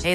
Hey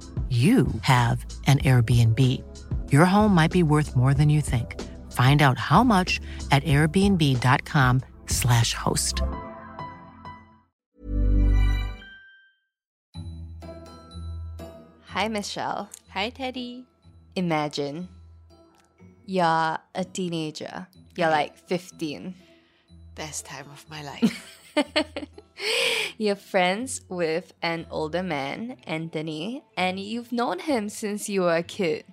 you have an Airbnb. Your home might be worth more than you think. Find out how much at airbnb.com/slash host. Hi, Michelle. Hi, Teddy. Imagine you're a teenager, you're like 15. Best time of my life. You're friends with an older man, Anthony, and you've known him since you were a kid.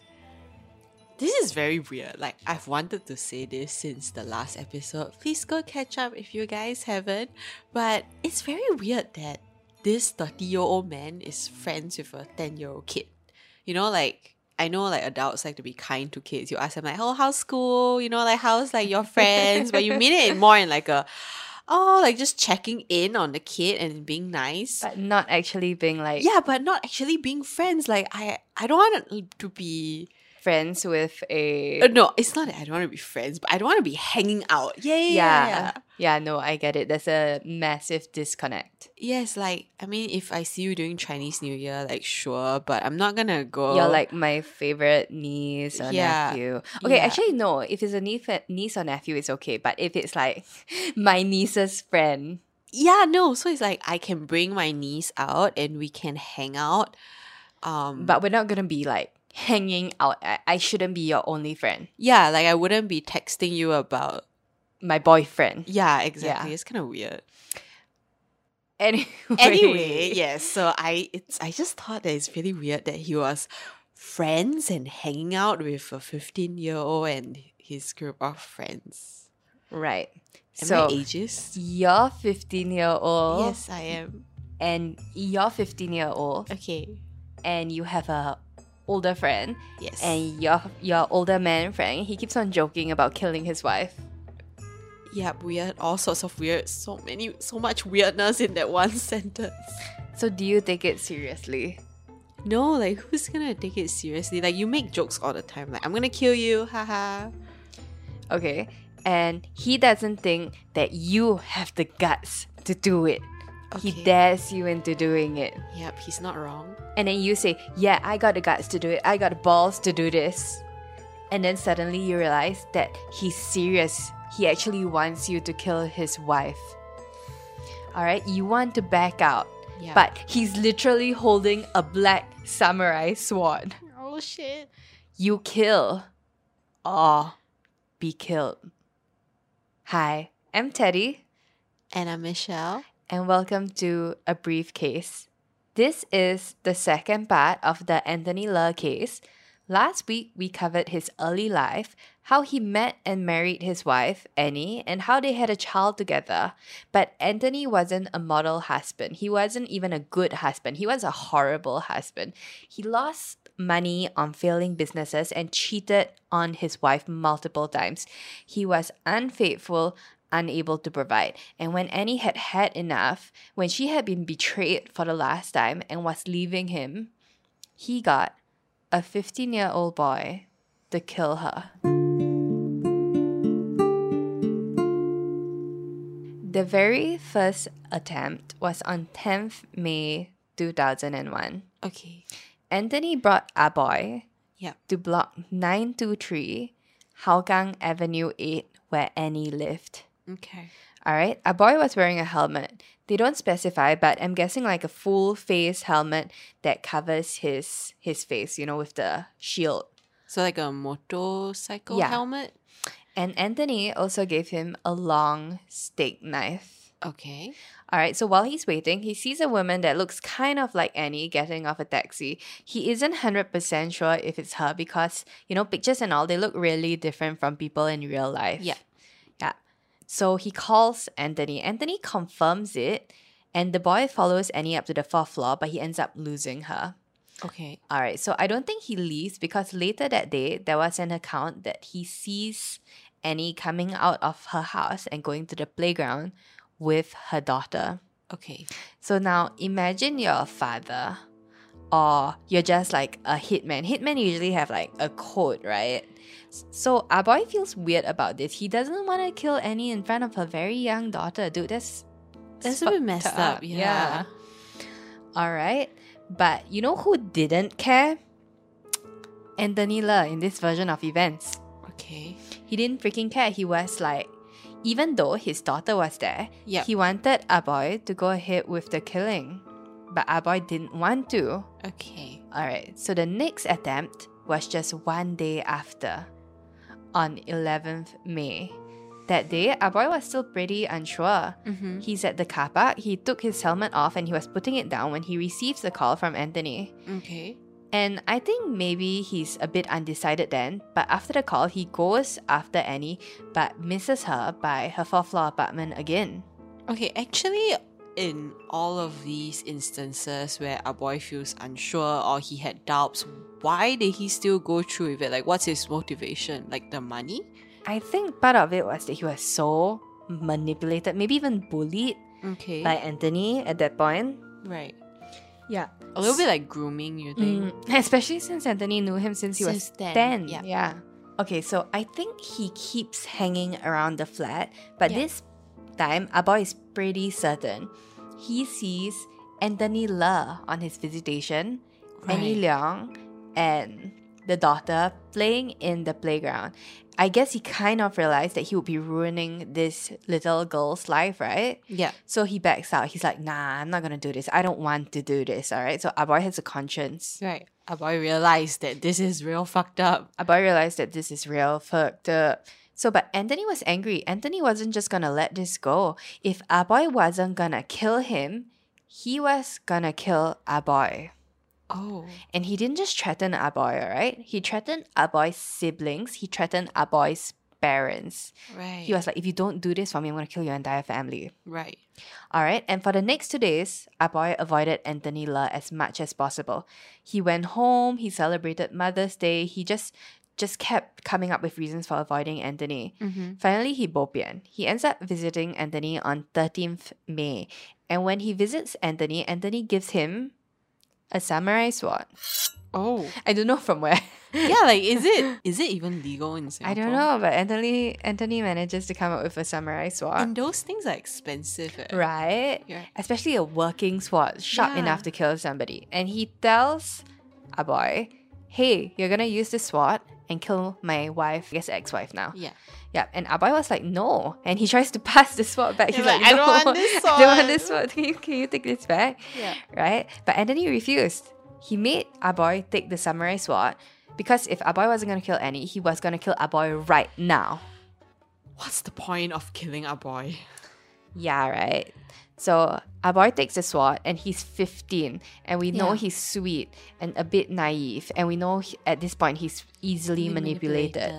this is very weird. Like, I've wanted to say this since the last episode. Please go catch up if you guys haven't. But it's very weird that this 30 year old man is friends with a 10 year old kid. You know, like, I know like adults like to be kind to kids. You ask them like, oh, how's school? You know, like how's like your friends? but you mean it more in like a, oh, like just checking in on the kid and being nice. But not actually being like yeah, but not actually being friends. Like I, I don't want to be. friends with a. uh, No, it's not that I don't want to be friends, but I don't want to be hanging out. Yeah, yeah, yeah, yeah. yeah, no, I get it. There's a massive disconnect. Yes, like I mean, if I see you during Chinese New Year, like sure, but I'm not gonna go. You're like my favorite niece or Yeah. nephew. Okay, Yeah. actually, no. If it's a niece, niece or nephew, it's okay. But if it's like my niece's friend, yeah, no. So it's like I can bring my niece out and we can hang out. Um, but we're not gonna be like hanging out. I, I shouldn't be your only friend. yeah, like I wouldn't be texting you about. My boyfriend. Yeah, exactly. It's kind of weird. Anyway, anyway, yes. So I, it's I just thought that it's really weird that he was friends and hanging out with a fifteen-year-old and his group of friends. right. Am so I ageist? you're 15 year old, Yes, I am. and you're 15 year old, Okay. and you have a older friend, Yes. and your your older man friend. He keeps on joking about killing his wife. yep, weird. All sorts of weird. So many, so much weirdness in that one sentence. So do you take it seriously? No, like who's gonna take it seriously? Like you make jokes all the time. Like I'm gonna kill you, haha. Okay, and he doesn't think that you have the guts to do it. He Okay. dares you into doing it. Yep, he's not wrong. And then you say, Yeah, I got the guts to do it. I got the balls to do this. And then suddenly you realize that he's serious. He actually wants you to kill his wife. Alright, you want to back out. Yeah. But he's literally holding a black samurai sword. oh shit. You kill, Oh. be killed. Hi, I'm Teddy. And I'm Michelle. and welcome to A Briefcase. This is the second part of the Anthony Ler case. Last week, we covered his early life, how he met and married his wife, Annie, and how they had a child together. But Anthony wasn't a model husband. He wasn't even a good husband. He was a horrible husband. He lost money on failing businesses and cheated on his wife multiple times. He was unfaithful, unable to provide. And when Annie had had enough, when she had been betrayed for the last time and was leaving him, he got a 15 year old boy to kill her. The very first attempt was on 10th May 2001. Okay. Anthony brought a boy Yep. to block 923 Hougang Avenue 8 where Annie lived. Okay. All right. A boy was wearing a helmet. They don't specify, but I'm guessing like a full face helmet that covers his his face, you know, with the shield. So like a motorcycle Yeah. helmet? And Anthony also gave him a long steak knife. Okay. All right, so while he's waiting, he sees a woman that looks kind of like Annie getting off a taxi. He isn't 100% sure if it's her because, you know, pictures and all, they look really different from people in real life. Yeah. Yeah. So he calls Anthony. Anthony confirms it, and the boy follows Annie up to the fourth floor, but he ends up losing her. Okay. All right, so I don't think he leaves because later that day, there was an account that he sees Annie coming out of her house and going to the playground with her daughter. Okay. So now imagine you're a father or you're just like a hitman. Hitmen usually have like a code, right? S- So our boy feels weird about this. He doesn't want to kill Annie in front of her very young daughter. Dude, that's That's a fucked bit messed up. Yeah. All right. But you know who didn't care? Antonilla in this version of events. Okay. He didn't freaking care. He was like, even though his daughter was there, Yep. he wanted Aboy to go ahead with the killing. But Aboy didn't want to. Okay. Alright, so the next attempt was just one day after, on 11th May. That day, Aboy was still pretty unsure. Mm-hmm. He's at the car park, he took his helmet off and he was putting it down when he receives the call from Anthony. Okay. And I think maybe he's a bit undecided then, but after the call, he goes after Annie but misses her by her fourth floor apartment again. Okay. Actually, in all of these instances where a boy feels unsure or he had doubts, why did he still go through with it? Like, what's his motivation? Like the money? I think part of it was that he was so manipulated, maybe even bullied Okay. by Anthony at that point. right. Yeah. A little bit like grooming, you think? Mm, especially since Anthony knew him since he was Since then, 10. yeah. Okay, so I think he keeps hanging around the flat, but Yeah. this time Aboy is pretty certain. He sees Anthony Le on his visitation, Annie Right. Leong, and the daughter playing in the playground. I guess he kind of realized that he would be ruining this little girl's life, right? Yeah. So he backs out. He's like, nah, I'm not gonna do this. I don't want to do this, alright? So Aboy has a conscience. Right. A boy realized that this is real fucked up. Aboy realized that this is real fucked up. So, but Anthony was angry. Anthony wasn't just gonna let this go. If Aboy wasn't gonna kill him, he was gonna kill Aboy. Oh. And he didn't just threaten Aboy, alright? He threatened Aboy's siblings, he threatened Aboy's parents. Right. He was like, if you don't do this for me, I'm gonna kill your entire family. right. All right, and for the next two days, our boy avoided Anthony Le as much as possible. He went home, he celebrated Mother's Day, he just just kept coming up with reasons for avoiding Anthony. Mm-hmm. Finally, he bopian. He ends up visiting Anthony on 13th May. And when he visits Anthony, Anthony gives him a samurai sword. Oh. I don't know from where. Yeah, like is it is it even legal in I Singapore? don't know, but Anthony Anthony manages to come up with a samurai sword. And those things are expensive. eh? Right? Yeah. especially a working sword sharp Yeah. enough to kill somebody. And he tells a boy, "Hey, you're gonna use this sword and kill my wife, I guess ex-wife now." Yeah. Yep. And Aboy was like, "No," and he tries to pass the sword back. He's They're like, like, "I "No, don't want this I don't want this sword." sword. Can you, can you take this back?" Yeah. Right? But Anthony refused. He made Aboy take the samurai sword because if Aboy wasn't gonna kill Annie, he was gonna kill Aboy right now. What's the point of killing a boy? Yeah, right. So Aboy takes the sword and he's 15 and we know Yeah. he's sweet and a bit naive and we know he- at this point he's easily manipulated.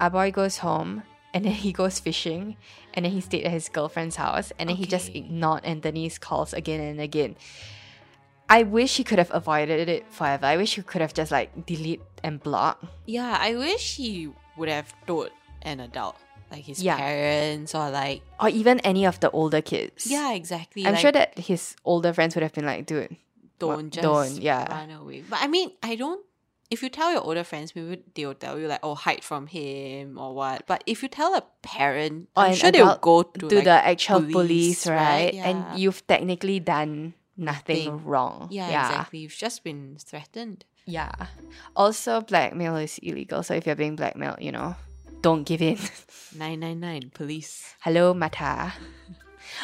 Aboy goes home and then he goes fishing and then he stayed at his girlfriend's house and then he just Okay. ignored Anthony's calls again and again. I wish he could have avoided it forever. I wish he could have just like delete and block. Yeah, I wish he would have told an adult, like his Yeah. parents or like Or even any of the older kids. yeah, exactly. I'm like, sure that his older friends would have been like, dude, don't just don't, yeah. run away. But I mean, I don't. If you tell your older friends, maybe they'll tell you like, "Oh, hide from him" or what. But if you tell a parent, Or I'm an sure they'll adult go to, to like, the actual police, police, right? right? And Yeah. you've technically done nothing Nothing. wrong. yeah, yeah, exactly. You've just been threatened. yeah. Also, blackmail is illegal. So if you're being blackmailed, you know, don't give in. Nine nine nine police. Hello, Mata.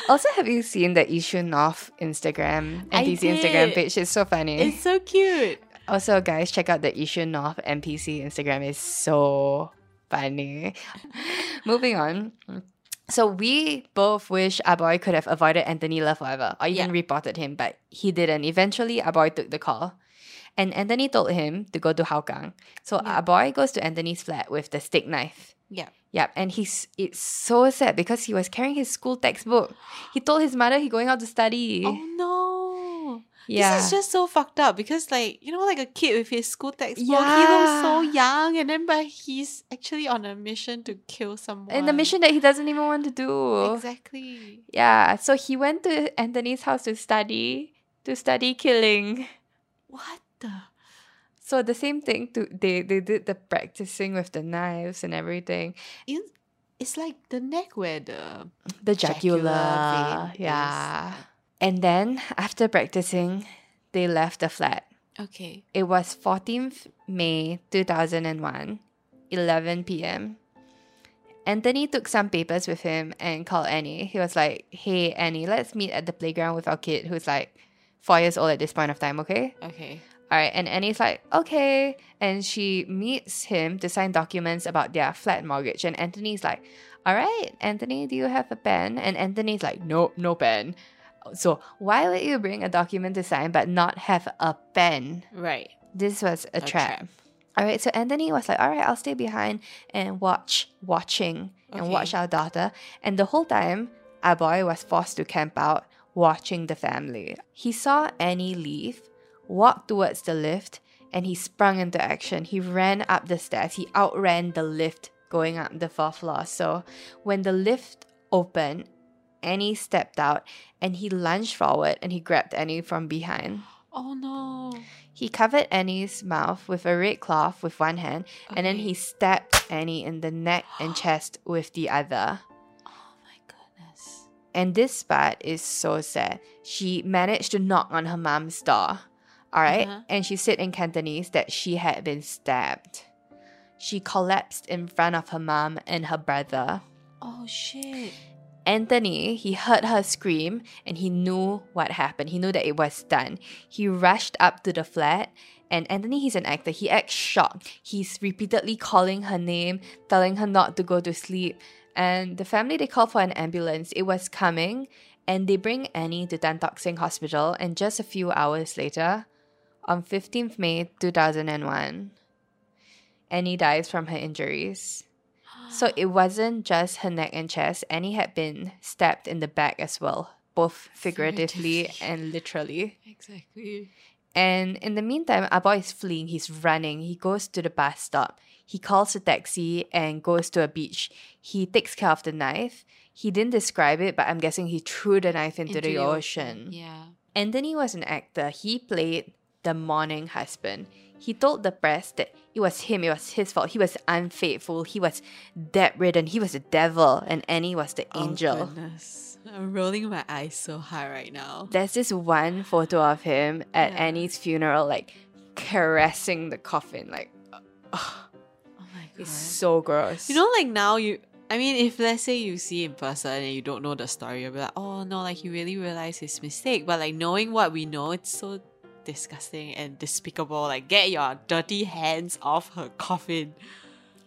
also, have you seen the issue North Instagram I NPC Instagram did. page? It's so funny. It's so cute. also, guys, check out the issue North NPC Instagram. It's so funny. Moving on. So we both wish Aboy could have avoided Anthony Love forever or even Yeah. reported him, but he didn't. Eventually, Aboy took the call. And Anthony told him to go to Haokang. So Yeah. Aboy goes to Anthony's flat with the steak knife. Yeah. Yep, and he's it's so sad because Eh. he was carrying his school textbook. He told his mother he going out to study. Oh no. Yeah. Oh, This is just so fucked up because, like, you know, like a kid with his school textbook, he Yeah. looks so young, and then but he's actually on a mission to kill someone. in the mission that he doesn't even want to do. Exactly. Yeah, so he went to Anthony's house to study to study killing. What the? So the same thing to they they did the practicing with the knives and everything. In- It's like the neck where the The Jagular jugular, vein yeah. is- And then after practicing, they left the flat. Okay. It was 14th May 2001, 11 p.m. Anthony took some papers with him and called Annie. He was like, Hey, Annie, let's meet at the playground with our kid who's like four years old at this point of time, okay? Okay. All right. And Annie's like, Okay. And she meets him to sign documents about their flat mortgage. And Anthony's like, All right, Anthony, do you have a pen? And Anthony's like, Nope, no pen. So why would you bring a document to sign but not have a pen? Right. this was a, A trap. trap. All right, so Anthony was like, "All right, I'll stay behind and watch, watching, and Okay. watch our daughter." And the whole time, our boy was forced to camp out watching the family. He saw Annie leave, walk towards the lift, and he sprung into action. He ran up the stairs. He outran the lift going up the fourth floor. So when the lift opened, Annie stepped out, and he lunged forward and he grabbed Annie from behind. Oh no. He covered Annie's mouth with a red cloth with one hand, and then Okay. he stabbed Annie in the neck and chest with the other. Oh my goodness. And this part is so sad. She managed to knock on her mom's door, all right? Uh-huh. And she said in Cantonese that she had been stabbed. She collapsed in front of her mom and her brother. Oh shit. Anthony, he heard her scream and he knew what happened. He knew that it was done. He rushed up to the flat and Anthony, he's an actor. He acts shocked. He's repeatedly calling her name, telling her not to go to sleep. And the family, they called for an ambulance. It was coming and they bring Annie to Tan Tock Seng Hospital. And just a few hours later, on 15th May 2001, Annie dies from her injuries. So it wasn't just her neck and chest. Annie had been stabbed in the back as well, both figuratively Figuratively. and literally. Exactly. And in the meantime, our boy is fleeing. He's running. He goes to the bus stop. He calls a taxi and goes to a beach. He takes care of the knife. He didn't describe it, but I'm guessing he threw the knife into, the, ocean. Yeah. Anthony was an actor. He played the mourning husband. He told the press that it was him, it was his fault. He was unfaithful, he was debt ridden, he was the devil, and Annie was the angel. Oh, goodness. I'm rolling my eyes so hard right now. There's this one photo of him at Yeah. Annie's funeral, like caressing the coffin. Like, oh my god. it's so gross. you know, like now you. I mean, if let's say you see in person and you don't know the story, you'll be like, oh no, like he really realized his mistake. But like knowing what we know, it's so disgusting and despicable. Like, get your dirty hands off her coffin.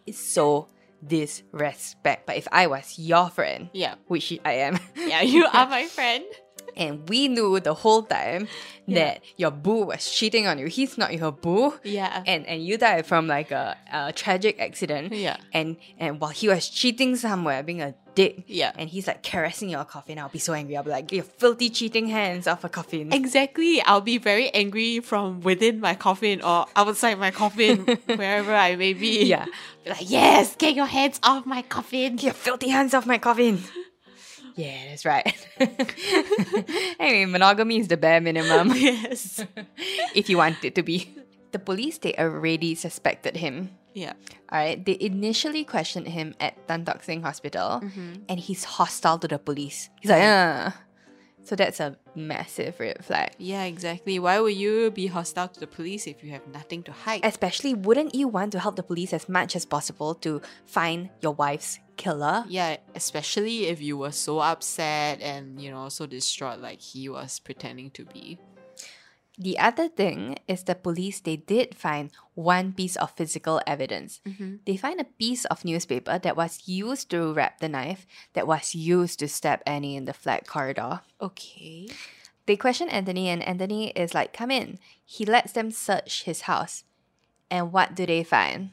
it's so disrespect. But if I was your friend, Yeah. which I am, Yeah, you are my friend. and we knew the whole time Yeah. that your boo was cheating on you. He's not your boo, Yeah. and and you died from like a, a tragic accident. Yeah. And and while he was cheating somewhere, being a dick. Yeah. And he's like caressing your coffin. I'll be so angry. I'll be like, your filthy cheating hands off a coffin. Exactly. I'll be very angry from within my coffin or outside my coffin, wherever I may be. Yeah. Be like, yes, get your hands off my coffin. your filthy hands off my coffin. Yeah, that's right. anyway, monogamy is the bare minimum. yes. if you want it to be. The police, they already suspected him. Yeah. All right, they initially questioned him at Tan Tock Seng Hospital, and he's hostile to the police. He's like, uh. So that's a massive red flag. Yeah, exactly. Why would you be hostile to the police if you have nothing to hide? Especially, wouldn't you want to help the police as much as possible to find your wife's killer? yeah, especially if you were so upset and, you know, so distraught like he was pretending to be. The other thing is the police, they did find one piece of physical evidence. They find a piece of newspaper that was used to wrap the knife that was used to stab Annie in the flat corridor. Okay. They question Anthony, and Anthony is like, Come in. He lets them search his house. And what do they find?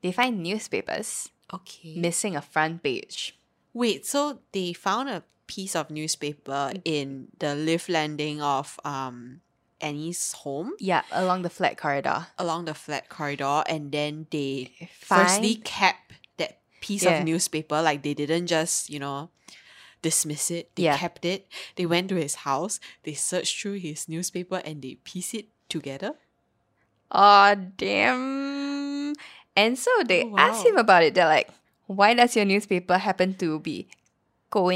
They find newspapers Okay. missing a front page. Wait, so Mm. they found a piece of newspaper in the lift landing of um Annie's home Yeah, along the flat corridor. along the flat corridor and then they Find- firstly kept that piece Yeah. of newspaper like they didn't just you know dismiss it they Yeah. kept it they went to his house they searched through his newspaper and they pieced it together Oh damn. And so they Oh, wow. asked him about it. They're like, why does your newspaper happen to be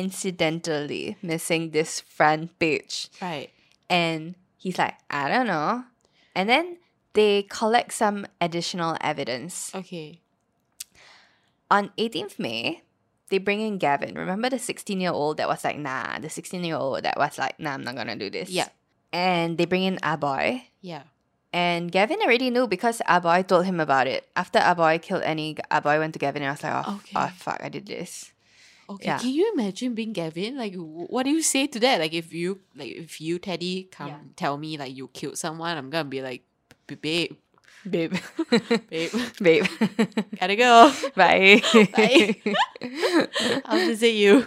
coincidentally missing this front page? right And he's like, I don't know. And then they collect some additional evidence. okay On 18th May, they bring in Gavin. Remember the 16 year old that was like, nah, the 16 year old that was like, nah, I'm not gonna do this. Yeah. And they bring in Aboy. yeah And Gavin already knew because Aboy told him about it. After Aboy killed Annie, Aboy went to Gavin and was like, oh, f- Okay. oh fuck, I did this. okay Yeah. can you imagine being gavin like wh- what do you say to that like if you like if you teddy come Yeah. tell me like you killed someone i'm gonna be like "B- babe Babe. babe Babe. gotta go Bye. Bye. i'll visit you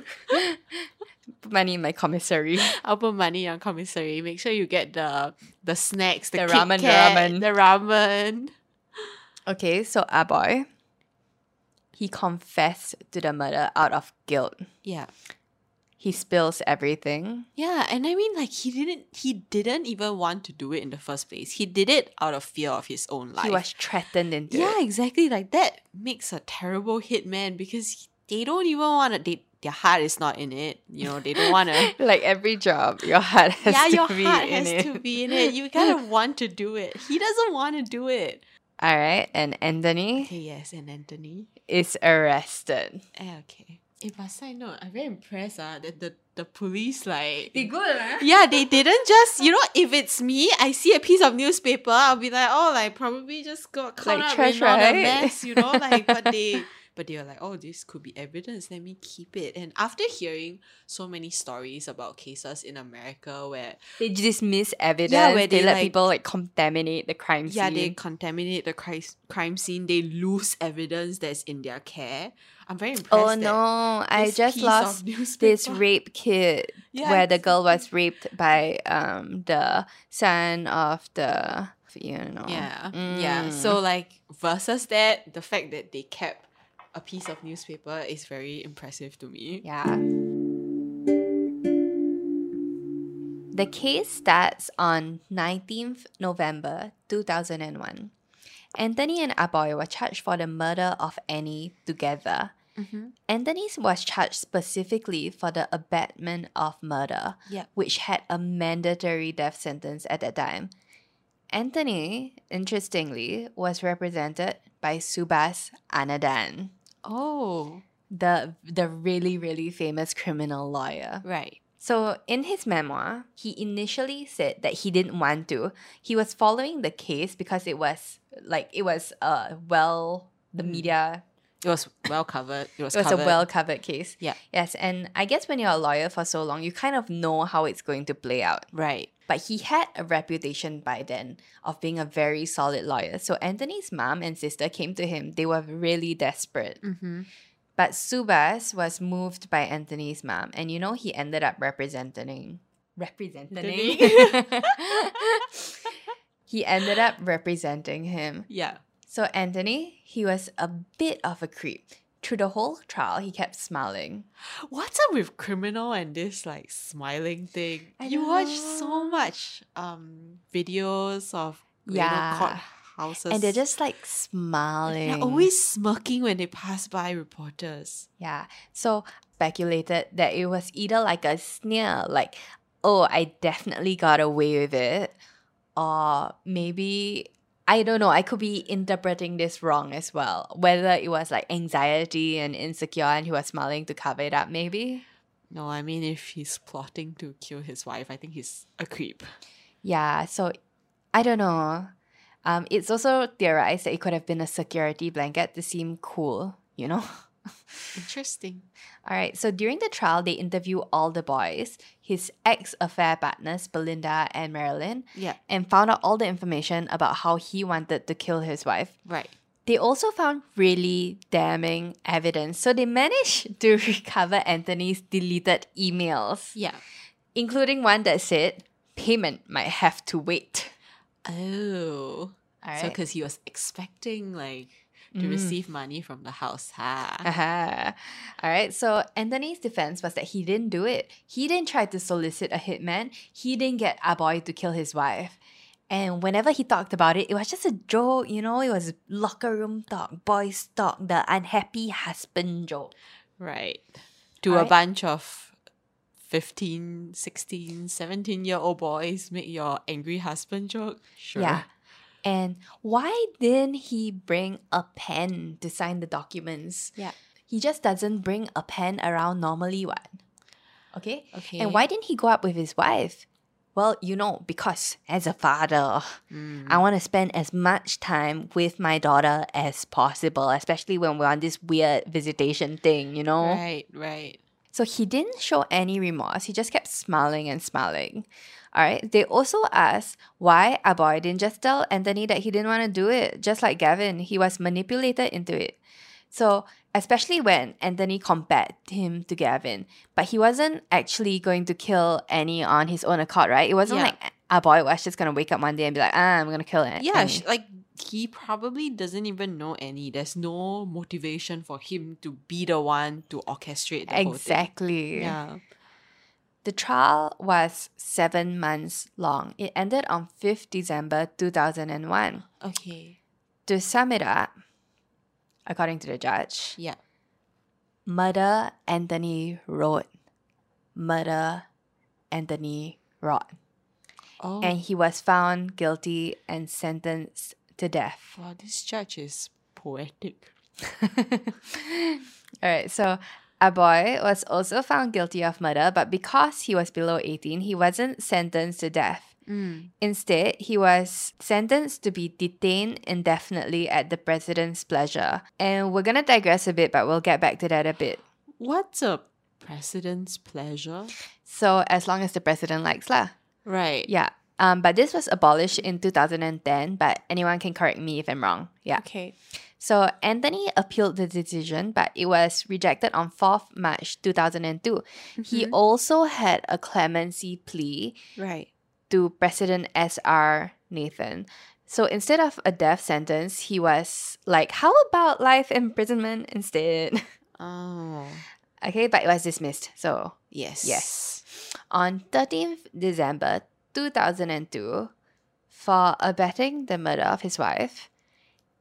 Put money in my commissary. I'll put money on commissary. Make sure you get the the snacks, the, The Kit ramen, the Kat, ramen. the ramen. Okay, so Aboy, he confessed to the murder out of guilt. Yeah, He spills everything. yeah, and I mean, like he didn't, he didn't even want to do it in the first place. He did it out of fear of his own life. He was threatened into yeah, it. exactly. Like that makes a terrible hitman because they don't even want to. They their heart is not in it. You know, they don't want to. Like every job, your heart has yeah, to your be heart in has it. to be in it. You gotta want to do it. He doesn't want to do it. All right, and Anthony Okay, yes, and Anthony. is arrested. Eh, okay. Eh, but side note, I'm very impressed ah, that the, the police like good, Yeah, they didn't just you know, if it's me, I see a piece of newspaper, I'll be like, Oh, like probably just got caught Like up trash, in all right? the mess, you know, like but they but they were like, Oh, this could be evidence, let me keep it. And after hearing so many stories about cases in America where They dismiss evidence. where they, they, let like- people like contaminate the crime yeah, scene. they contaminate the crime crime scene, they lose evidence that's in their care. I'm very impressed. oh that no, I this just piece of lost this newspaper- rape kit Yeah, where the girl exactly. was raped by um the son of the you know Yeah. Yeah. Mm. So like versus that, the fact that they kept a piece of newspaper is very impressive to me. Yeah. The case starts on 19th November 2001. Anthony and Aboy were charged for the murder of Annie together. Mm-hmm. Anthony was charged specifically for the abetment of murder, Yeah. which had a mandatory death sentence at that time. Anthony, interestingly, was represented by Subhas Anadan Oh. the the really really famous criminal lawyer. Right. So in his memoir, he initially said that he didn't want to. He was following the case because it was like it was uh well the Mm. media It was well covered. It was, it was covered. a well covered case. Yeah. Yes, and I guess when you're a lawyer for so long, you kind of know how it's going to play out. Right. But he had a reputation by then of being a very solid lawyer. So Anthony's mom and sister came to him. They were really desperate. Mm-hmm. But Subas was moved by Anthony's mom, and you know he ended up representing. Representing. he ended up representing him. Yeah. So Anthony, he was a bit of a creep. Through the whole trial, he kept smiling. What's up with criminal and this like smiling thing? I you don't watch so know. much um videos of Yeah. yeah. courthouses. And they're just like they're smiling. always smirking when they pass by reporters. Yeah. So speculated that it was either like a sneer, like, oh, I definitely got away with it. Or maybe, I don't know, I could be interpreting this wrong as well. Whether it was like anxiety and insecure and he was smiling to cover it up, maybe. No, I mean if he's plotting to kill his wife, I think he's a creep. Yeah. So I don't know. Um, it's also theorized that it could have been a security blanket to seem cool, you know? Interesting. All right, so during the trial, they interview all the boys, his ex affair partners, Belinda and Marilyn, Yeah. and found out all the information about how he wanted to kill his wife. Right. They also found really damning evidence, so they managed to recover Anthony's deleted emails, Yeah. including one that said, payment might have to wait. Oh. So Alright. because he was expecting like to Mm. Uh. receive money from the house, ha? Aha. All right. So Anthony's defense was that he didn't do it. He didn't try to solicit a hitman. He didn't get our boy to kill his wife. And whenever he talked about it, it was just a joke, you know, it was locker room talk, boys talk, the unhappy husband joke. Right. To a Alright. bunch of 15, 16, 17 year old boys make your angry husband joke? Sure. Yeah. And why didn't he bring a pen to sign the documents? Yeah. He just doesn't bring a pen around normally, what? Okay? Okay. And why didn't he go up with his wife? Well, you know, because as a father, Mm. I want to spend as much time with my daughter as possible, especially when we're on this weird visitation thing, you know? Right, right. So he didn't show any remorse. He just kept smiling and smiling. All right. They also asked why Aboy didn't just tell Anthony that he didn't want to do it, just like Gavin. He was manipulated into it. So, especially when Anthony compared him to Gavin, but he wasn't actually going to kill Annie on his own accord, right? It wasn't Yeah. like Aboy was just going to wake up one day and be like, ah, I'm going to kill Annie. Yeah, sh like he probably doesn't even know any. There's no motivation for him to be the one to orchestrate the whole thing. Exactly. Yeah. The trial was seven months long. It ended on 5th December 2001. Okay. To sum it up, according to the judge, Yeah. murder Anthony wrote, murder Anthony wrought. Oh. And he was found guilty and sentenced to death. wow, this judge is poetic. All right, so Aboy was also found guilty of murder, but because he was below 18, he wasn't sentenced to death. Mm. Instead, he was sentenced to be detained indefinitely at the president's pleasure. And we're gonna digress a bit, but we'll get back to that a bit. What's a president's pleasure? So, as long as the president likes lah. Right. Yeah. Um, but this was abolished in 2010, but anyone can correct me if I'm wrong. Yeah. Okay. So, Anthony appealed the decision, but it was rejected on 4th March 2002. He also had a clemency plea Right. to President S.R. Nathan. So instead of a death sentence, he was like, how about life imprisonment instead? Oh. okay, but it was dismissed. So Yes. Yes. on 13th December 2002, for abetting the murder of his wife,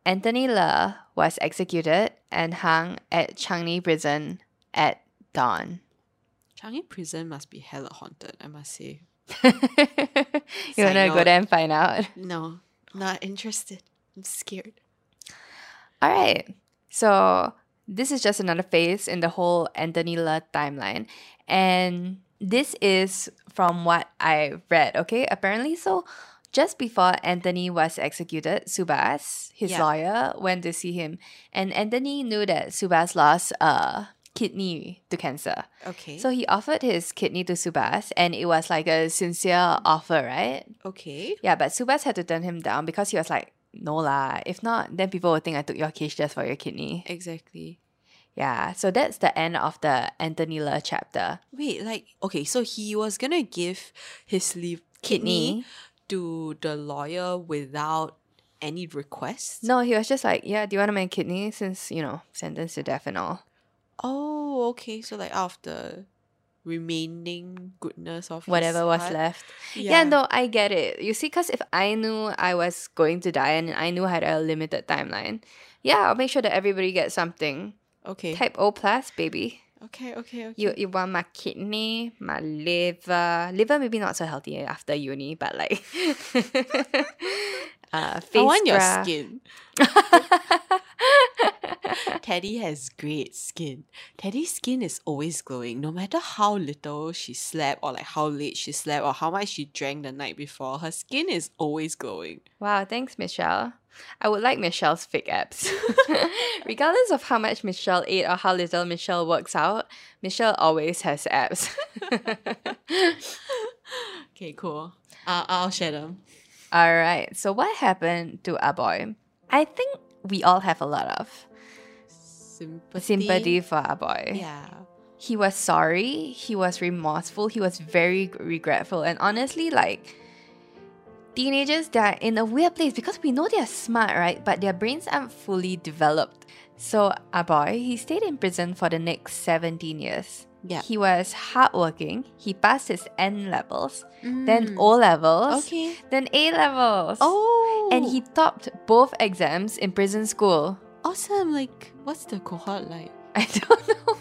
Anthony Le was executed and hung at Changi Prison at dawn. Changi prison must be hella haunted, I must say. you Side wanna go note. there and find out? No. Not interested. I'm scared. All right. So this is just another phase in the whole Anthony Le timeline. And this is from what I read, okay? Apparently, so just before Anthony was executed, Subas, his Yeah. lawyer, went to see him. And Anthony knew that Subas lost a kidney to cancer. Okay. So he offered his kidney to Subas, and it was like a sincere offer, right? okay. Yeah, but Subas had to turn him down because he was like, no lah, if not, then people will think I took your case just for your kidney. Exactly. Yeah, so that's the end of the Anthony Le chapter. Wait, like okay, so he was gonna give his leave kidney, Kidney? to the lawyer without any request. No, he was just like, yeah, do you want to make kidney since, you know, sentenced to death and all? Oh, okay. So like out of the remaining goodness of his Whatever was heart. left. Yeah. no, I get it. You see, because if I knew I was going to die and I knew I had a limited timeline, yeah, I'll make sure that everybody gets something. Okay. Type O plus, baby. Okay. Okay. Okay. You you want my kidney, my liver. Liver maybe not so healthy after uni, but like uh face I want your scrub. skin. Teddy has great skin. Teddy's skin is always glowing, no matter how little she slept or like how late she slept or how much she drank the night before. Her skin is always glowing. Wow, thanks, Michelle. I would like Michelle's fake abs. Regardless of how much Michelle ate or how little Michelle works out, Michelle always has abs. Okay, cool. I'll, I'll share them. All right, so what happened to Aboy? I think we all have a lot of Sympathy. sympathy for Aboy. Yeah. he was sorry, he was remorseful, he was very regretful. And honestly, like, teenagers, they're in a weird place because we know they're smart, right? But their brains aren't fully developed. So, our boy, he stayed in prison for the next 17 years. Yeah. He was hardworking, he passed his N levels, then Mm. O levels, Okay. then A levels. Oh. And he topped both exams in prison school. awesome. Like, what's the cohort like? I don't know.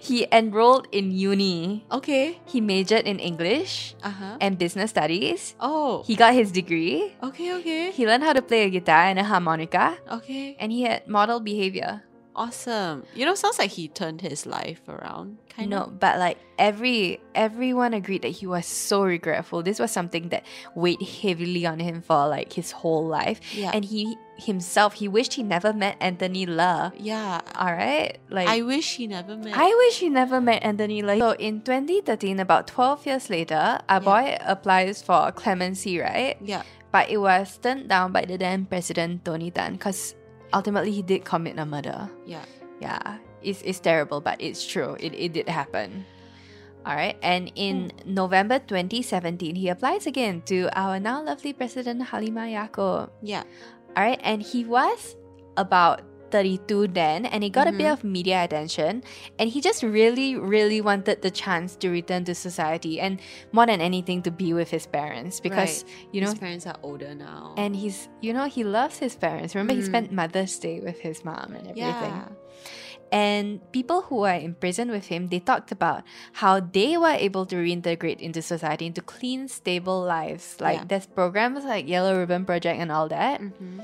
He enrolled in uni. Okay. He majored in English Uh huh. and business studies. Oh. He got his degree. okay. Okay. He learned how to play a guitar and a harmonica. okay. And he had model behavior. Awesome. You know, sounds like he turned his life around. I Kind know, of. but like every everyone agreed that he was so regretful. This was something that weighed heavily on him for like his whole life. Yeah. And he himself, he wished he never met Anthony La. yeah. Alright? Like I wish he never met. I wish he never met Anthony Lee. So in 2013, about 12 years later, our Yeah. boy applies for clemency, right? yeah. But it was turned down by the then president Tony Tan because ultimately he did commit a murder. Yeah. Yeah, it's, it's terrible, but it's true. It, it did happen. All right, and in November 2017, he applies again to our now lovely president Halima Yaakob. Yeah. All right, and he was about 32 then, and he got a bit Mhm. of media attention, and he just really, really wanted the chance to return to society, and more than anything, to be with his parents because you know, his parents are older now. and he's you know he loves his parents. Remember, he Mm. spent Mother's Day with his mom and everything. yeah. And people who were in prison with him, they talked about how they were able to reintegrate into society, into clean, stable lives. Like Yeah. there's programs like Yellow Ribbon Project and all that. Mm-hmm.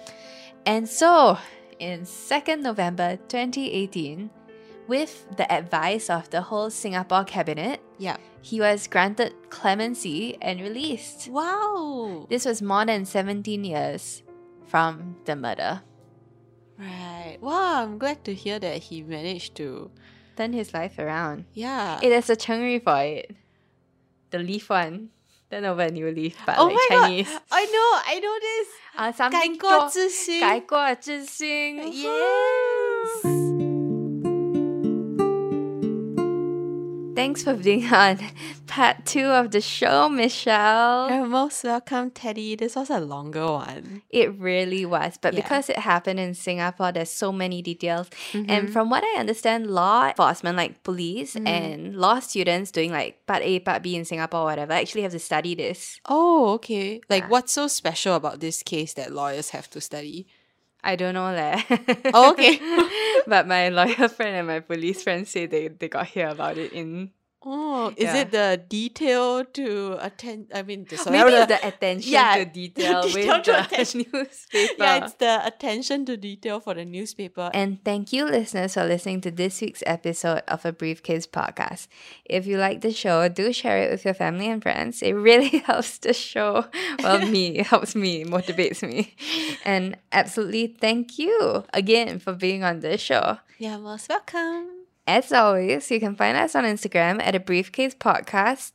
And so, in 2nd November 2018, with the advice of the whole Singapore cabinet, Yeah. he was granted clemency and released. Wow. This was more than 17 years from the murder. right. Wow. I'm glad to hear that he managed to. Turn his life around. Yeah. It has a chengri for it. The leaf one. Turn over a new leaf, but oh like my Chinese. god. I know. I know this. Uh, something 改过自新。改过自新. Uh-huh. Yes. Thanks for being on part two of the show, Michelle. You're most welcome, Teddy. This was a longer one. It really was, but Yeah. because it happened in Singapore, there's so many details. And Mhm. from what I understand, law enforcement, like police Mm. and law students doing like part A, part B in Singapore, whatever, actually have to study this. Oh, okay. Like, Yeah. what's so special about this case that lawyers have to study? I don't know leh. Oh, okay. but my lawyer friend and my police friend say they, they got hear about it in Oh, is Yeah. it the detail to attend? I mean, the, sorry, maybe the- it's the attention yeah, to the detail detail with to the attention. newspaper. yeah, it's the attention to detail for the newspaper. And thank you, listeners, for listening to this week's episode of A Briefcase podcast. If you like the show, do share it with your family and friends. It really helps the show. Well, me, it helps me, motivates me. And absolutely thank you again for being on this show. yeah, most welcome. As always, you can find us on Instagram at a briefcase podcast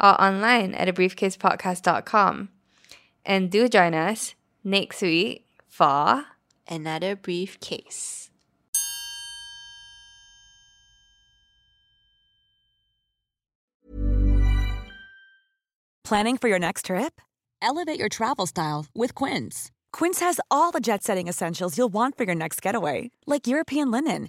or online at a briefcasepodcast.com. And do join us next week for Another brief case. Planning for your next trip? Elevate your travel style with Quince. Quince has all the jet setting essentials you'll want for your next getaway, like European linen,